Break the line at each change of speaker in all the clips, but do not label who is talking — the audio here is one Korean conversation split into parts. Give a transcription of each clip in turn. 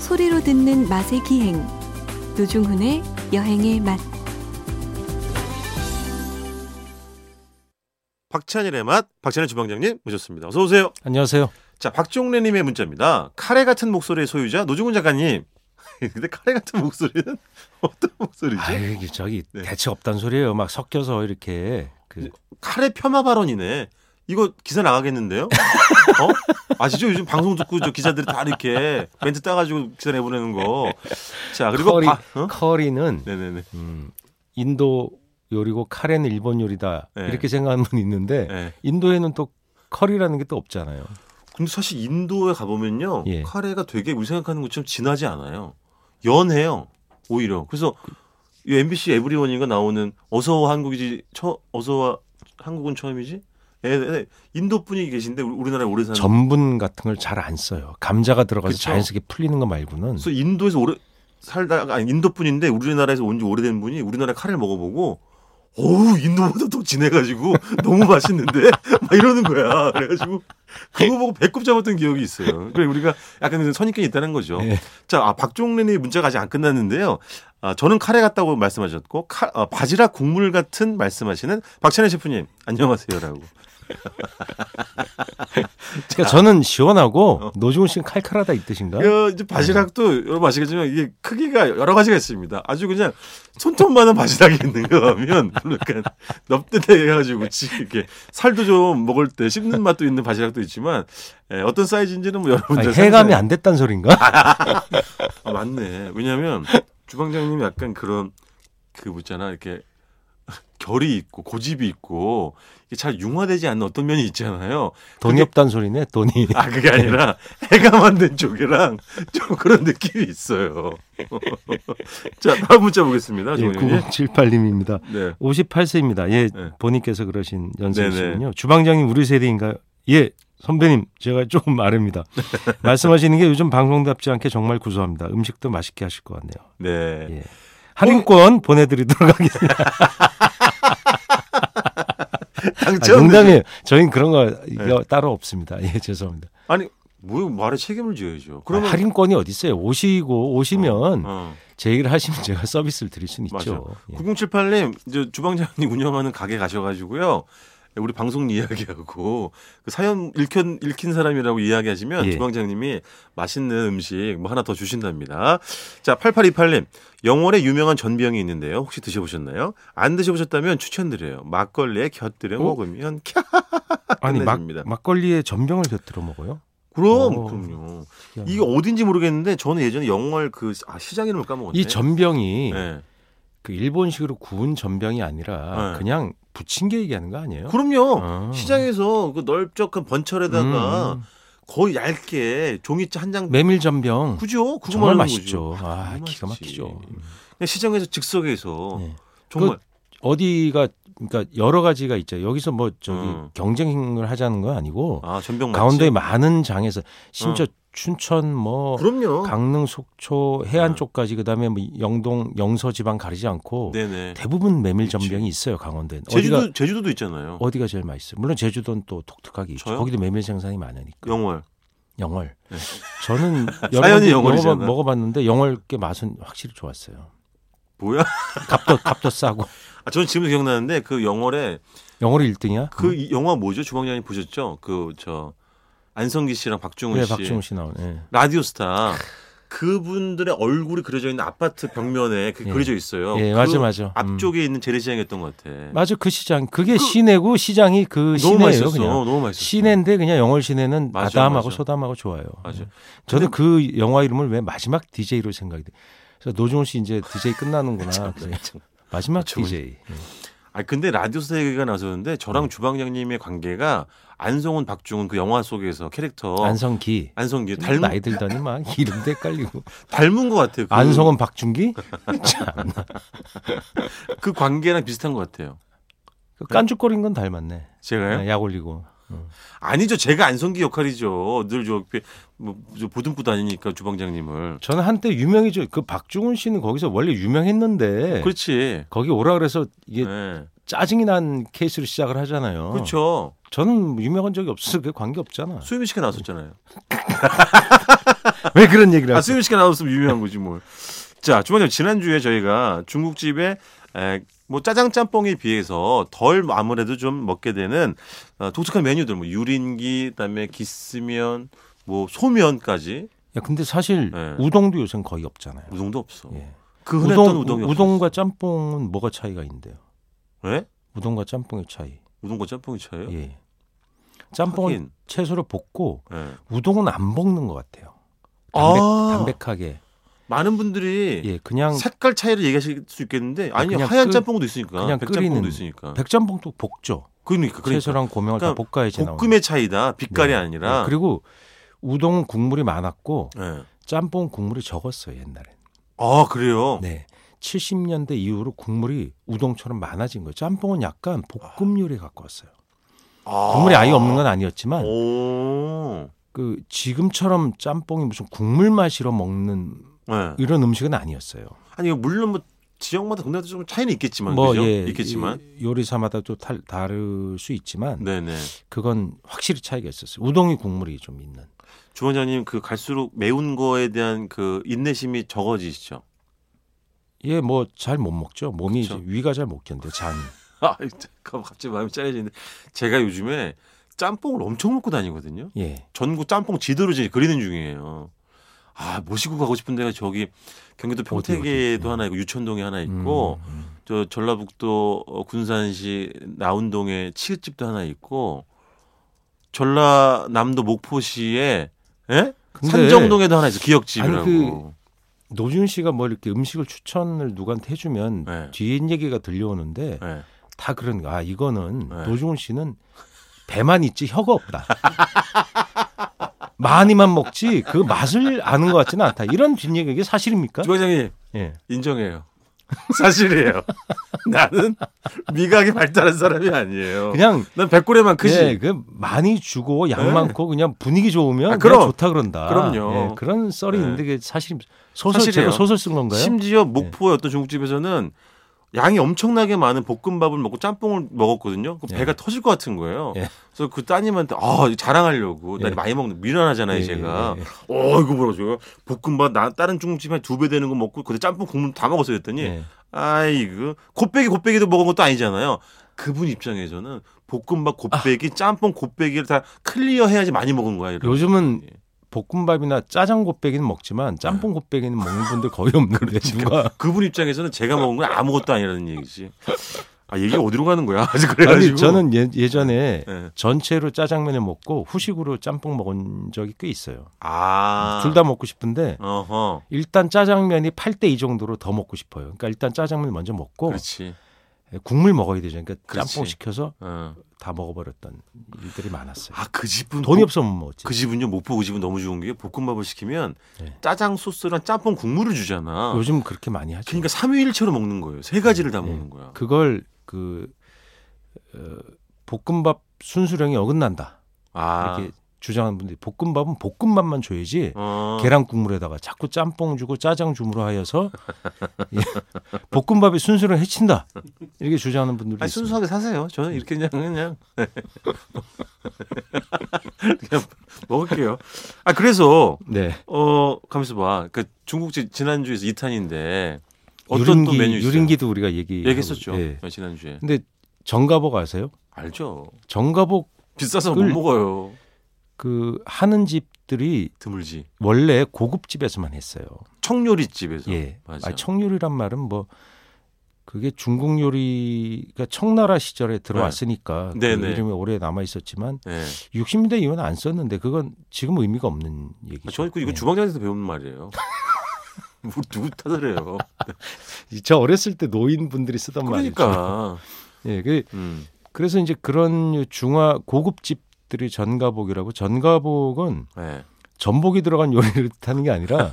소리로 듣는 맛의 기행 노중훈의 여행의 맛
박찬일의 맛, 박찬일 주방장님 모셨습니다. 어서 오세요.
안녕하세요.
자, 박종래님의 문자입니다. 카레 같은 목소리의 소유자 노중훈 작가님. 근데 카레 같은 목소리는 어떤 목소리죠?
아유, 이게 저기
네.
대체 없단 소리예요. 막 섞여서 이렇게 그
카레 폄하 발언이네. 이거 기사 나가겠는데요? 어? 아시죠? 요즘 방송 듣고 저 기자들이 다 이렇게 멘트 따가지고 기사 내보내는 거. 자, 그리고
커리,
바- 어?
커리는
네네네.
음, 인도 요리고 카레는 일본 요리다
네.
이렇게 생각하는 분 있는데
네.
인도에는 또 커리라는 게 또 없잖아요.
근데 사실 인도에 가보면요.
예.
카레가 되게 우리 생각하는 것처럼 진하지 않아요. 연해요. 오히려. 그래서 이 MBC 에브리원인가 나오는 어서 한국이지, 처, 어서 와 한국은 처음이지? 예, 예. 인도 분이 계신데 우리- 우리나라에 오래 사는.
전분 같은 걸 잘 안 써요. 감자가 들어가서
네. 그쵸.
자연스럽게 풀리는 거 말고는
그래서 인도에서 오래 살다가 아니 인도 분인데 우리나라에서 온 지 오래된 분이 우리나라 카레를 먹어보고 어우 인도보다 더 진해가지고 너무 맛있는데 막 이러는 거야 그래가지고 그거 보고 배꼽 잡았던 기억이 있어요. 그래 우리가 약간 그런 선입견이 있다는 거죠.
네.
자, 아, 박종래님 문자가 아직 안 끝났는데요. 아, 저는 카레 같다고 말씀하셨고 카, 아, 바지락 국물 같은 말씀하시는 박찬혜 셰프님 안녕하세요라고.
그러니까 저는 시원하고 노중훈 씨는 칼칼하다 이 뜻인가?
어. 그 이제
네.
바지락도 여러분 아시겠지만 이게 크기가 여러 가지가 있습니다. 아주 그냥 손톱만한 바지락이 있는 거 하면 약간 넙대대해가지고 지- 이렇게 살도 좀 먹을 때 씹는 맛도 있는 바지락도 있지만 예, 어떤 사이즈인지는 뭐
아니,
여러분들
해감이
상상이-
안 됐단 소린가?
아, 맞네. 왜냐하면 주방장님이 약간 그런 그 뭐잖아 이렇게 결이 있고 고집이 있고 이게 잘 융화되지 않는 어떤 면이 있잖아요.
돈이
그게-
없단 소리네. 돈이.
아 그게 아니라 해가 만든 쪽이랑 좀 그런 느낌이 있어요. 자 다음 문자 보겠습니다.
예,
정원님.
9078님입니다.
네.
58세입니다. 예,
네.
본인께서 그러신 연세이시군요.
네네.
주방장님 우리 세대인가요? 예, 선배님 제가 조금 아릅니다. 말씀하시는 게 요즘 방송답지 않게 정말 구수합니다. 음식도 맛있게 하실 것 같네요.
네.
예.
어?
할인권 보내드리도록 하겠습니다. 아,
당첨
농담이에요. 저희는 그런 거
네.
이거 따로 없습니다. 예, 죄송합니다.
아니 뭐 말에 책임을 져야죠.
아,
그러면
할인권이 어디 있어요? 오시고 오시면
어.
제 얘기를 하시면 제가 서비스를 드릴 수는 있죠. 예.
9078님 이제 주방장님 운영하는 가게 가셔가지고요. 우리 방송 이야기하고 그 사연 읽힌, 읽힌 사람이라고 이야기하시면
예.
주방장님이 맛있는 음식 뭐 하나 더 주신답니다. 자, 8828님. 영월에 유명한 전병이 있는데요. 혹시 드셔보셨나요? 안 드셔보셨다면 추천드려요. 막걸리에 곁들여
어?
먹으면 캬.
아니 막,
끝내줍니다.
막걸리에 전병을 곁들여 먹어요?
그럼
오.
그럼요. 이게 어딘지 모르겠는데 저는 예전에 영월 그 아, 시장이라고 까먹었네.
이 전병이
예.
그 일본식으로 구운 전병이 아니라
네.
그냥 부친 게 얘기하는 거 아니에요?
그럼요.
아.
시장에서 그 넓적한 번철에다가
음,
거의 얇게 종이째 한 장.
메밀 전병
그죠? 그거
네. 정말
말하는 거죠.
맛있죠. 아
정말
기가
맛있지. 어.
막히죠.
그냥 시장에서 즉석에서
예.
정말
어디가 그러니까 여러 가지가 있죠. 여기서 뭐 저기
음.
경쟁을 하자는 건 아니고
아 전병
강원도의
맛집.
많은 장에서 심지어 춘천 뭐
그럼요.
강릉 속초 해안
음.
쪽까지 그다음에 뭐 영동 영서 지방 가리지 않고
네네.
대부분 메밀
그치.
전병이 있어요 강원도에.
제주도
어디가
제주도도 있잖아요.
어디가 제일 맛있어요? 물론 제주도는 또 독특하게 있죠.
저요?
거기도 메밀 생산이 많으니까.
영월.
영월.
네.
저는 여러
사연이
가지
영월이잖아.
먹어봐- 먹어봤는데 영월 게 맛은 확실히 좋았어요.
뭐야?
값도 값도 싸고
아, 저는 지금도 기억나는데 그 영월에
영월이 1등이야?
그 이- 영화 뭐죠? 주방장님 보셨죠? 그 저 안성기 씨랑 박중훈
네,
씨.
박중훈 씨 나오네. 예.
라디오스타. 그분들의 얼굴이 그려져 있는 아파트 벽면에 그
예.
그려져 있어요.
예,
그
맞아, 맞아. 음.
앞쪽에 있는 재래시장이었던 것 같아.
맞아 그 시장 그게 시내고 시장이 그
너무
시내예요
맛있었어.
그냥.
너무 맛있었어.
시내인데 그냥 영월 시내는
맞아,
아담하고
맞아.
소담하고 좋아요.
맞아.
예. 저는 그 영화 이름을 왜 마지막 DJ로 생각이 돼. 그래서 노종훈 씨 이제 DJ 끝나는구나. 그래서 마지막
저분-
DJ. 예.
아 근데 라디오스타 얘기가 나서는데
음.
저랑 주방장님의 관계가 안성훈 박중훈 그 영화 속에서 캐릭터
안성기. 음,
안성... 기 닮은
나이 들더니 막 이름도 헷갈리고.
닮은 것 같아요. 그,
안성은 박준기? 참.
그 관계랑 비슷한 것 같아요.
그 깐죽거린 건 닮았네. 아,
제가요?
약 올리고.
아니죠. 제가 안성기 역할이죠. 늘저 뭐, 저 보듬고 다니니까 주방장님을.
저는 한때 유명해져 그 박중훈 씨는 거기서 원래 유명했는데
그렇지.
거기 오라 그래서 네. 이게 어.
예.
짜증이 난 케이스로 시작을 하잖아요.
그렇죠.
저는 유명한 적이 없어서 그게 관계 없잖아.
수유미 씨가 나왔었잖아요.
왜 그런 얘기를
아,
하세요?
수유미 씨가 나왔으면 유명한 거지 뭘. 자, 주방님 지난주에 저희가 중국집에 에, 뭐 짜장 짬뽕에 비해서 덜 아무래도 좀 먹게 되는 어, 독특한 메뉴들 뭐 유린기 그다음에 기스면 뭐 소면까지
야, 근데 사실
네.
우동도 요새는 거의 없잖아요.
우동도 없어.
예.
그 흔했던 우동,
우동,
이
우동과 짬뽕은 뭐가 차이가 있는데요?
예?
우동과 짬뽕의 차이.
우동과 짬뽕이 차요?
예. 짬뽕은
하긴.
채소를 볶고
예.
우동은 안 볶는 것 같아요.
아.
담백, 하게
많은 분들이
예, 그냥
색깔 차이를 얘기하실 수 있겠는데 아니
그냥
하얀
끓-
짬뽕도 있으니까
그냥
백짬뽕도
끓이는-
있으니까
백짬뽕도 볶죠.
그러니까 그러니까
채소랑 고명을 다 볶아야지 나오는.
볶음의 차이다 빛깔이
네.
아니라
네, 그리고 우동은 국물이 많았고
예.
짬뽕 국물이 적었어요 옛날에.
아 그래요
네. 70년대 이후로 국물이 우동처럼 많아진 거예요. 짬뽕은 약간 볶음 요리에 가까웠어요.
아. 어.
국물이 아예 없는 건 아니었지만
오.
그 지금처럼 짬뽕이 무슨 국물 맛이로 먹는
네.
이런 음식은 아니었어요.
아니 물론 뭐 지역마다 동네도 좀 차이는 있겠지만
뭐,
그죠?
예,
있겠지만
이- 요리사마다 또 탈- 다를 수 있지만
네네
그건 확실히 차이가 있었어요. 우동이 국물이 좀 있는.
주원장님 그 갈수록 매운 거에 대한 그 인내심이 적어지시죠
예, 뭐 잘 못 먹죠. 몸이
그쵸.
이제 위가 잘 못 견뎌. 장.
아 잠깐 갑자기 마음이 짜여지는데 제가 요즘에 짬뽕을 엄청 먹고 다니거든요
예.
전국 짬뽕 지도를 지금 그리는 중이에요. 아 모시고 가고 싶은 데가 저기 경기도
어디,
평택에도
어디?
하나 있고 유천동에 하나
음,
있고
음.
저 전라북도 어, 군산시 나운동에 치읓집도 하나 있고 전라남도 목포시에 예?
근데
산정동에도 하나 있어 기억집이라고.
아니, 노준 씨가 뭐 이렇게 음식을 추천을 누구한테 해주면
네.
뒤에 있는 얘기가 들려오는데
예.
다 그런 거. 아 이거는
네.
노중훈 씨는 배만 있지 혀가 없다. 많이만 먹지 그 맛을 아는 것 같지는 않다. 이런 뒷얘기가 이게 사실입니까?
주과장님
예.
인정해요. 사실이에요. 나는 미각이 발달한 사람이 아니에요.
그냥
난 백골에만 크지.
예, 그 많이 주고 양
네.
많고 그냥 분위기 좋으면
아,
그냥
그럼.
좋다 그런다.
그럼요.
예, 그런 썰이
네.
있는데 그게 사실 소설
사실이에요.
제가 소설 쓴 건가요? 예.
심지어 목포의 어떤 중국집에서는 양이 엄청나게 많은 볶음밥을 먹고 짬뽕을 먹었거든요. 그
네.
배가 터질 것 같은 거예요.
예.
그래서 그 따님한테 아 이거 자랑하려고 나
예.
많이 먹는 미련하잖아요
예,
제가.
예, 예,
어 이거 뭐라 저 볶음밥 나 다른 중국집에 두 배 되는 거 먹고 그때 짬뽕 국물 다 먹었어요 했더니
예.
아이고 곱빼기 곱빼기도 먹은 것도 아니잖아요. 그분 입장에서는 볶음밥 곱빼기 짬뽕 곱빼기를 다 클리어 해야지 많이 먹은 거야. 이러고.
아. 요즘은
예.
볶음밥이나 짜장 곱빼기는 먹지만 짬뽕 곱빼기는
예.
먹는 분들 거의 없는데
그러니까
누가
그분 입장에서는 제가 먹은 건 아무것도 아니라는 얘기지. 아 얘기 어디로 가는 거야? 아직
아니
그래가지고.
저는 예, 예전에
예.
전체로 짜장면을 먹고 후식으로 짬뽕 먹은 적이 꽤 있어요.
아.
둘 다 먹고 싶은데
어허.
일단 짜장면이 8대 2 정도로 더 먹고 싶어요. 그러니까 일단 짜장면 먼저 먹고
그렇지.
국물 먹어야 되죠. 그러니까
그렇지.
짬뽕 시켜서
어.
다 먹어버렸던 일들이 많았어요.
아그 집은
돈이 뭐
복-
없어 못 먹었지.
그 집은요 목포 그 집은 너무 좋은 게 볶음밥을 시키면
네.
짜장 소스랑 짬뽕 국물을 주잖아.
요즘 그렇게 많이 하죠.
어. 그러니까 삼위일체로 먹는 거예요. 세 가지를 다
네.
먹는 거야.
그걸 그 어, 볶음밥 순수령이 어긋난다
아.
이렇게 주장하는 분들이 볶음밥은 볶음밥만 줘야지
어.
계란 국물에다가 자꾸 짬뽕 주고 짜장 주므로 하여서 예, 볶음밥이 순수를 해친다 이렇게 주장하는 분들도
아니,
있습니다.
순수하게 사세요. 저는 이렇게 그냥 그냥 그냥 먹을게요. 아 그래서
네.
어 가면서 봐. 그 중국집 지난주에서 2탄인데 어떤 또
유린기
메뉴 있어요?
유린기도 예. 우리가 얘기
얘기했었죠. 네, 지난주에.
근데 정가복 아세요?
알죠.
정가복
비싸서
끌-
못 먹어요.
그 하는 집들이
드물지.
원래 고급집에서만 했어요.
청요리집에서.
예.
그렇죠. 맞아.
아, 청요리란 말은 뭐 그게 중국 요리가 그러니까 청나라 시절에 들어왔으니까
네.
그
네네.
이름이 오래 남아 있었지만
예.
60년대 이후는 안 썼는데 그건 지금 의미가 없는 얘기죠.
아, 저는 그 이거
예.
주방장에서 배운 말이에요. 뭐 누구 탓을 해요?
저 어렸을 때 노인분들이 쓰던 말이죠.
그러니까.
예, 그,
음.
그래서 이제 그런 중화 고급집들이 전가복이라고 전가복은
예.
전복이 들어간 요리를 뜻하는 게 아니라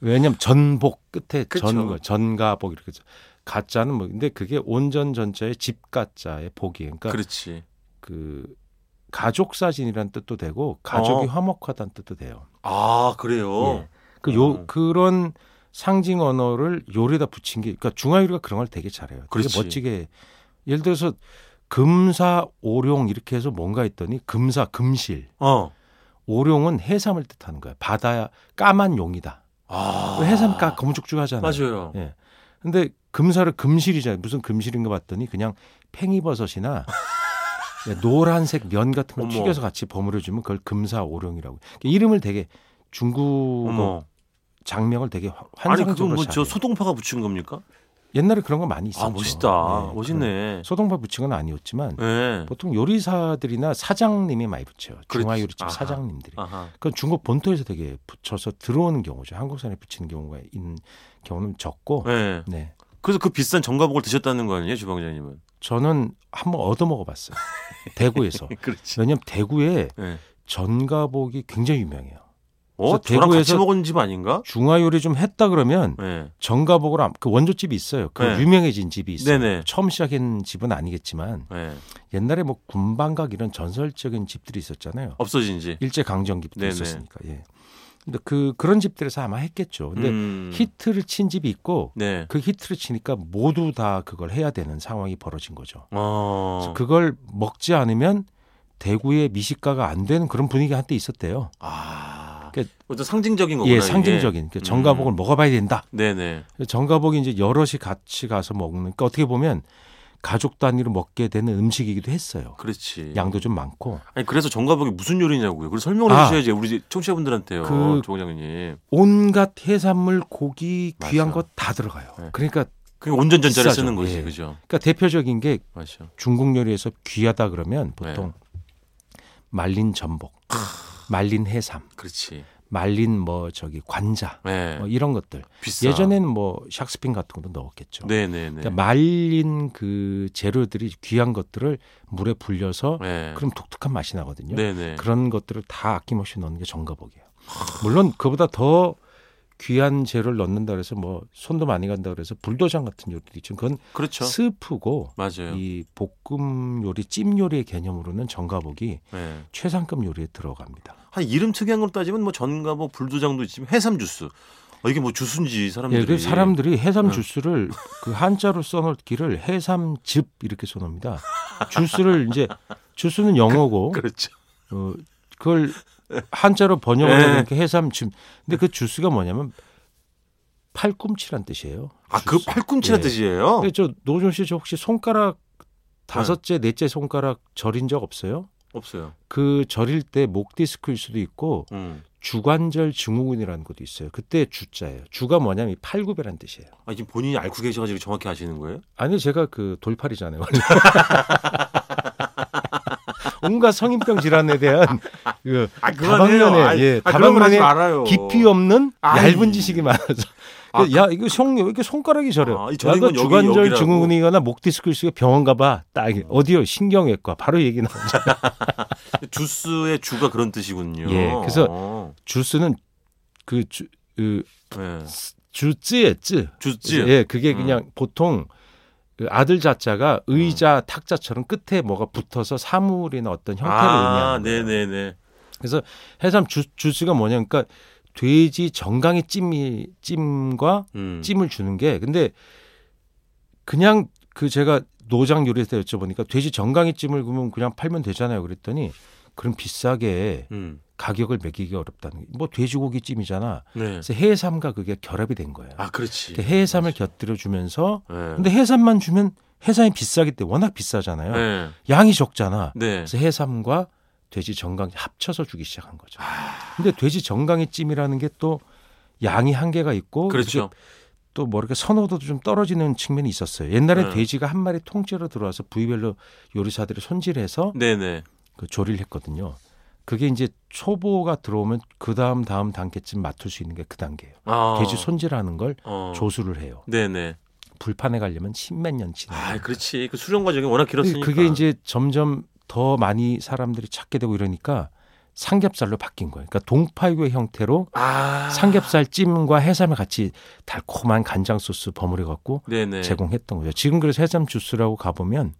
왜냐하면 전복 끝에
그쵸.
전 전가복 이렇게 해서 가짜는 뭐 근데 그게 온전 전자의 집 가짜의 복이 그러니까 그
그렇지.
가족 사진이란 뜻도 되고 가족이
어.
화목하다는 뜻도 돼요.
아 그래요.
예. 그 요
어.
그런 상징 언어를 요리에다 붙인 게 그러니까 중화요리가 그런 걸 되게 잘해요. 되게
그렇지.
멋지게 예를 들어서 금사 오룡 이렇게 해서 뭔가 했더니 금사 금실
어.
오룡은 해삼을 뜻하는 거야. 바다야 까만 용이다.
아.
해삼 까 검은죽죽하잖아요.
맞아요.
예. 근데 금사를 금실이잖아요. 무슨 금실인가 봤더니 그냥 팽이버섯이나 예, 노란색 면 같은 걸
어머.
튀겨서 같이 버무려 주면 그걸 금사 오룡이라고. 그러니까 이름을 되게 중국어
어머.
장명을 되게 환-
아니
환상적으로
그건 뭐저
뭐그 잘해요.
소동파가 붙인 겁니까?
옛날에 그런 거 많이 있었죠.
아 멋있다.
예,
멋있네.
그런- 소동파 붙인 건 아니었지만
예.
보통 요리사들이나 사장님이 많이 붙여요.
그렇지.
중화요리집
아하.
사장님들이.
아하.
그건 중국 본토에서 되게 붙여서 들어오는 경우죠. 한국산에 붙이는 경우가 있는 경우는 적고.
예.
네.
그래서 그 비싼 정가복을 드셨다는 거 아니에요, 주방장님은?
저는 한번 얻어 먹어봤어요. 대구에서.
그렇지.
왜냐면 대구에
예.
전가복이 굉장히 유명해요.
어,
그래서
저랑 같이
대구에서-
먹은 집 아닌가?
중화 요리 좀 했다 그러면
예.
전가복을 안- 그 원조집이 있어요. 그
네.
유명해진 집이 있어요.
네네.
처음 시작한 집은 아니겠지만
예.
옛날에 뭐 군방각 이런 전설적인 집들이 있었잖아요.
없어진 지.
일제 강점기부터
네. 네네.
있었으니까. 예. 근데 그 그런 집들에서 아마 했겠죠. 근데
음.
히트를 친 집이 있고
네.
그 히트를 치니까 모두 다 그걸 해야 되는 상황이 벌어진 거죠.
어.
그래서 그걸 먹지 않으면 대구의 미식가가 안 되는 그런 분위기가 한때 있었대요.
아.
그-
어떤 상징적인 거구나.
예, 상징적인. 그
음.
정가복을 먹어봐야 된다.
이게. 네네.
그래서 정가복이 이제 여럿이 같이 가서 먹는, 그러니까 어떻게 보면 가족 단위로 먹게 되는 음식이기도 했어요.
그렇지.
양도 좀 많고.
아니 그래서 정가복이 무슨 요리냐고요. 그걸 설명을
아.
해주셔야지 우리 청취자분들한테요,
그-
조장님.
온갖 해산물, 고기, 귀한
맞아.
것 다 들어가요.
네.
그러니까,
그게 온전 전자를
비싸죠.
쓰는 거지,
예.
그죠?
그러니까 대표적인 게
맞아.
중국 요리에서 귀하다 그러면
네.
보통 말린 전복,
아.
말린 해삼,
그렇지.
말린 뭐 저기 관자
네.
뭐 이런 것들.
비싸.
예전에는 뭐 샥스핀 같은 것도 넣었겠죠.
네네네.
그러니까 말린 그 재료들이 귀한 것들을 물에 불려서
네.
그럼 독특한 맛이 나거든요.
네네.
그런 것들을 다 아낌없이 넣는 게 정가복이에요. 물론 그보다 더 귀한 재료를 넣는다 그래서 뭐 손도 많이 간다 그래서 불도장 같은 요리도 있죠. 그건
그렇죠.
스프고
맞아요.
이 볶음 요리, 찜 요리의 개념으로는 정가복이
네.
최상급 요리에 들어갑니다.
한 이름 특이한 걸로 따지면 뭐 전가복, 불도장도 있지만 해삼 주스. 아, 이게 뭐 주스인지 사람들이.
예, 그 사람들이 해삼
네.
주스를 그 한자로 써놓기를 해삼즙 이렇게 써놓습니다. 주스를 이제 주스는 영어고
그렇죠.
어, 그걸 한자로 번역을
네.
해놓으니까 해삼즙. 근데 그 주스가 뭐냐면 팔꿈치란 뜻이에요.
아, 그
주스.
팔꿈치란
예.
뜻이에요?
근데 저 노준 씨 저 혹시 손가락 다섯째, 넷째 손가락 절인 적 없어요?
없어요.
그 절일 때 목 디스크일 수도 있고
음.
주관절 증후군이라는 것도 있어요. 그때 주자예요. 주가 뭐냐면 이 팔굽혀란 뜻이에요.
아, 지금 본인이 앓고 계셔가지고 정확히 아시는 거예요?
아니요, 제가 그 돌팔이잖아요. 원래. 온갖 성인병 질환에 대한 그
아,
다방면에 예, 다방면에
말아요.
깊이 없는
어. 아이.
얇은 지식이 많아서
아,
야 이거 형 이렇게 손가락이 저려.
아,
요
이 저린 건 여기,
주관절
여기라고.
증후군이거나 목 디스크리스가 병원 가봐. 딱 어디요? 신경외과 바로 얘기 나오죠.
그 주스의 주가 그런 뜻이군요.
예, 그래서-
어,
주스는 그주 그,
예.
주쯔에 쯔.
주스.
예, 그게
음.
그냥 보통 그 아들 자자가
음.
의자 탁자처럼 끝에 뭐가 붙어서 사물이나 어떤 형태를
아,
의미하는 거예요.
네네네.
그래서 해삼 주, 주스가 뭐냐 그러니까 돼지 정강의 찜이 찜과
음.
찜을 주는 게 근데 그냥 그 제가 노장 요리에 서 여쭤보니까 돼지 정강이 찜을 그러면 그냥 팔면 되잖아요 그랬더니 그럼 비싸게
음.
가격을 매기기 어렵다는 게 뭐 돼지고기 찜이잖아
네.
그래서 해삼과 그게 결합이 된 거예요
아, 그렇지.
그 해삼을 곁들여 주면서
예.
근데 해삼만 주면 해삼이 비싸기 때문에 워낙 비싸잖아요
네.
양이 적잖아
네.
그래서 해삼과 돼지 정강 합쳐서 주기 시작한 거죠 근데 돼지 정강이 찜이라는 게 또 양이 한계가 있고
그렇죠.
또 뭐 이렇게 선호도도 좀 떨어지는 측면이 있었어요. 옛날에
네.
돼지가 한 마리 통째로 들어와서 부위별로 요리사들이 손질해서
네네.
그 조리를 했거든요. 그게 이제 초보가 들어오면 그 다음 다음 단계쯤 맡을 수 있는 게 그 단계예요.
아.
돼지 손질하는 걸
어.
조수를 해요.
네네.
불판에 가려면 십몇 년 지나.
아, 그렇지. 그 수련 과정이 워낙 길었으니까.
네, 그게 이제 점점 더 많이 사람들이 찾게 되고 이러니까 삼겹살로 바뀐 거예요. 그러니까 동파육의 형태로
아.
삼겹살 찜과 해삼을 같이 달콤한 간장 소스 버무려 갖고
네네.
제공했던 거죠. 지금 그래서 해삼 주스라고 가보면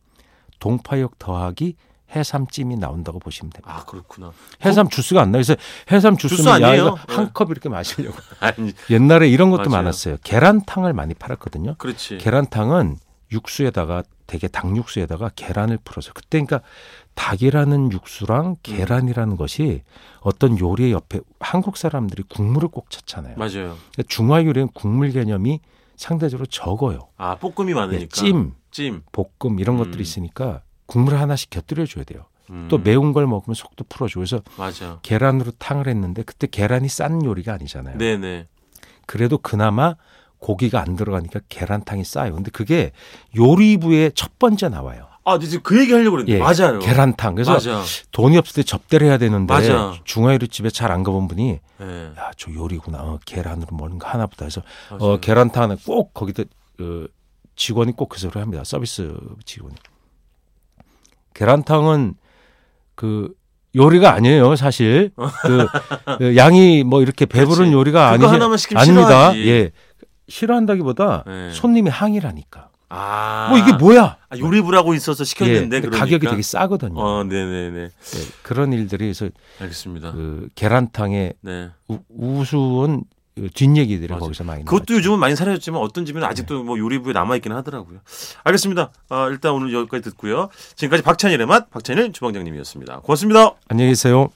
동파육 더하기 해삼찜이 나온다고 보시면 됩니다.
아, 그렇구나.
해삼 주스가 안 나요. 그래서 해삼 주스는
주스
야,
아니에요?
이거
예.
한컵 이렇게 마시려고.
아니,
옛날에 이런 것도
맞아요. 예.
많았어요. 계란탕을 많이 팔았거든요.
그렇지.
계란탕은 육수에다가 대게 닭 육수에다가 계란을 풀어서 그때 그러니까 닭이라는
음.
육수랑 계란이라는 것이 어떤 요리의 옆에 한국 사람들이 국물을 꼭 찾잖아요.
맞아요.
근데 중화 요리는 국물 개념이 상대적으로 적어요.
아 볶음이
예,
많으니까.
찜,
찜.
볶음 이런
음.
것들이 있으니까 국물 하나씩 곁들여 줘야 돼요.
음,
또 매운 걸 먹으면 속도 풀어줘. 그래서
맞아.
계란으로 탕을 했는데 그때 계란이 싼 요리가 아니잖아요.
네네.
그래도 그나마 고기가 안 들어가니까 계란탕이 싸요. 근데 그게 요리부에 첫 번째 나와요.
아 이제 그 얘기 하려고 그랬는데
예,
맞아요.
계란탕. 그래서
맞아.
돈이 없을 때 접대를 해야 되는데
맞아.
중화요리 집에 잘 안 가본 분이
예.
야 저 요리구나 어, 계란으로 뭔가 하나보다 해서
맞아요.
어, 계란탕 하나 꼭 거기다 어, 직원이 꼭 그 소리를 합니다. 서비스 직원이. 계란탕은 그 요리가 아니에요, 사실. 그 어, 양이 뭐 이렇게 배부른
그치.
요리가 아니
그거 하나만 시키면
아닙니다.
싫어하지.
예. 싫어한다기보다
네.
손님이 항의라니까.
아.
뭐 이게 뭐야?
아, 요리부라고 있어서
예,
시켰는데
근데
그러니까.
가격이 되게 싸거든요.
어, 네네네.
예, 그런 일들이 그래서
알겠습니다.
그 계란탕의
네.
우, 우스운 그 뒷얘기들이
맞아요.
거기서 많이 네. 나와요.
그것도 요즘은 많이 사라졌지만 어떤 집에는 아직도 뭐 요리부에 남아있긴 하더라고요. 알겠습니다. 아, 일단 오늘 여기까지 듣고요. 지금까지 박찬일의 맛, 박찬일 주방장님이었습니다. 고맙습니다.
안녕히 계세요.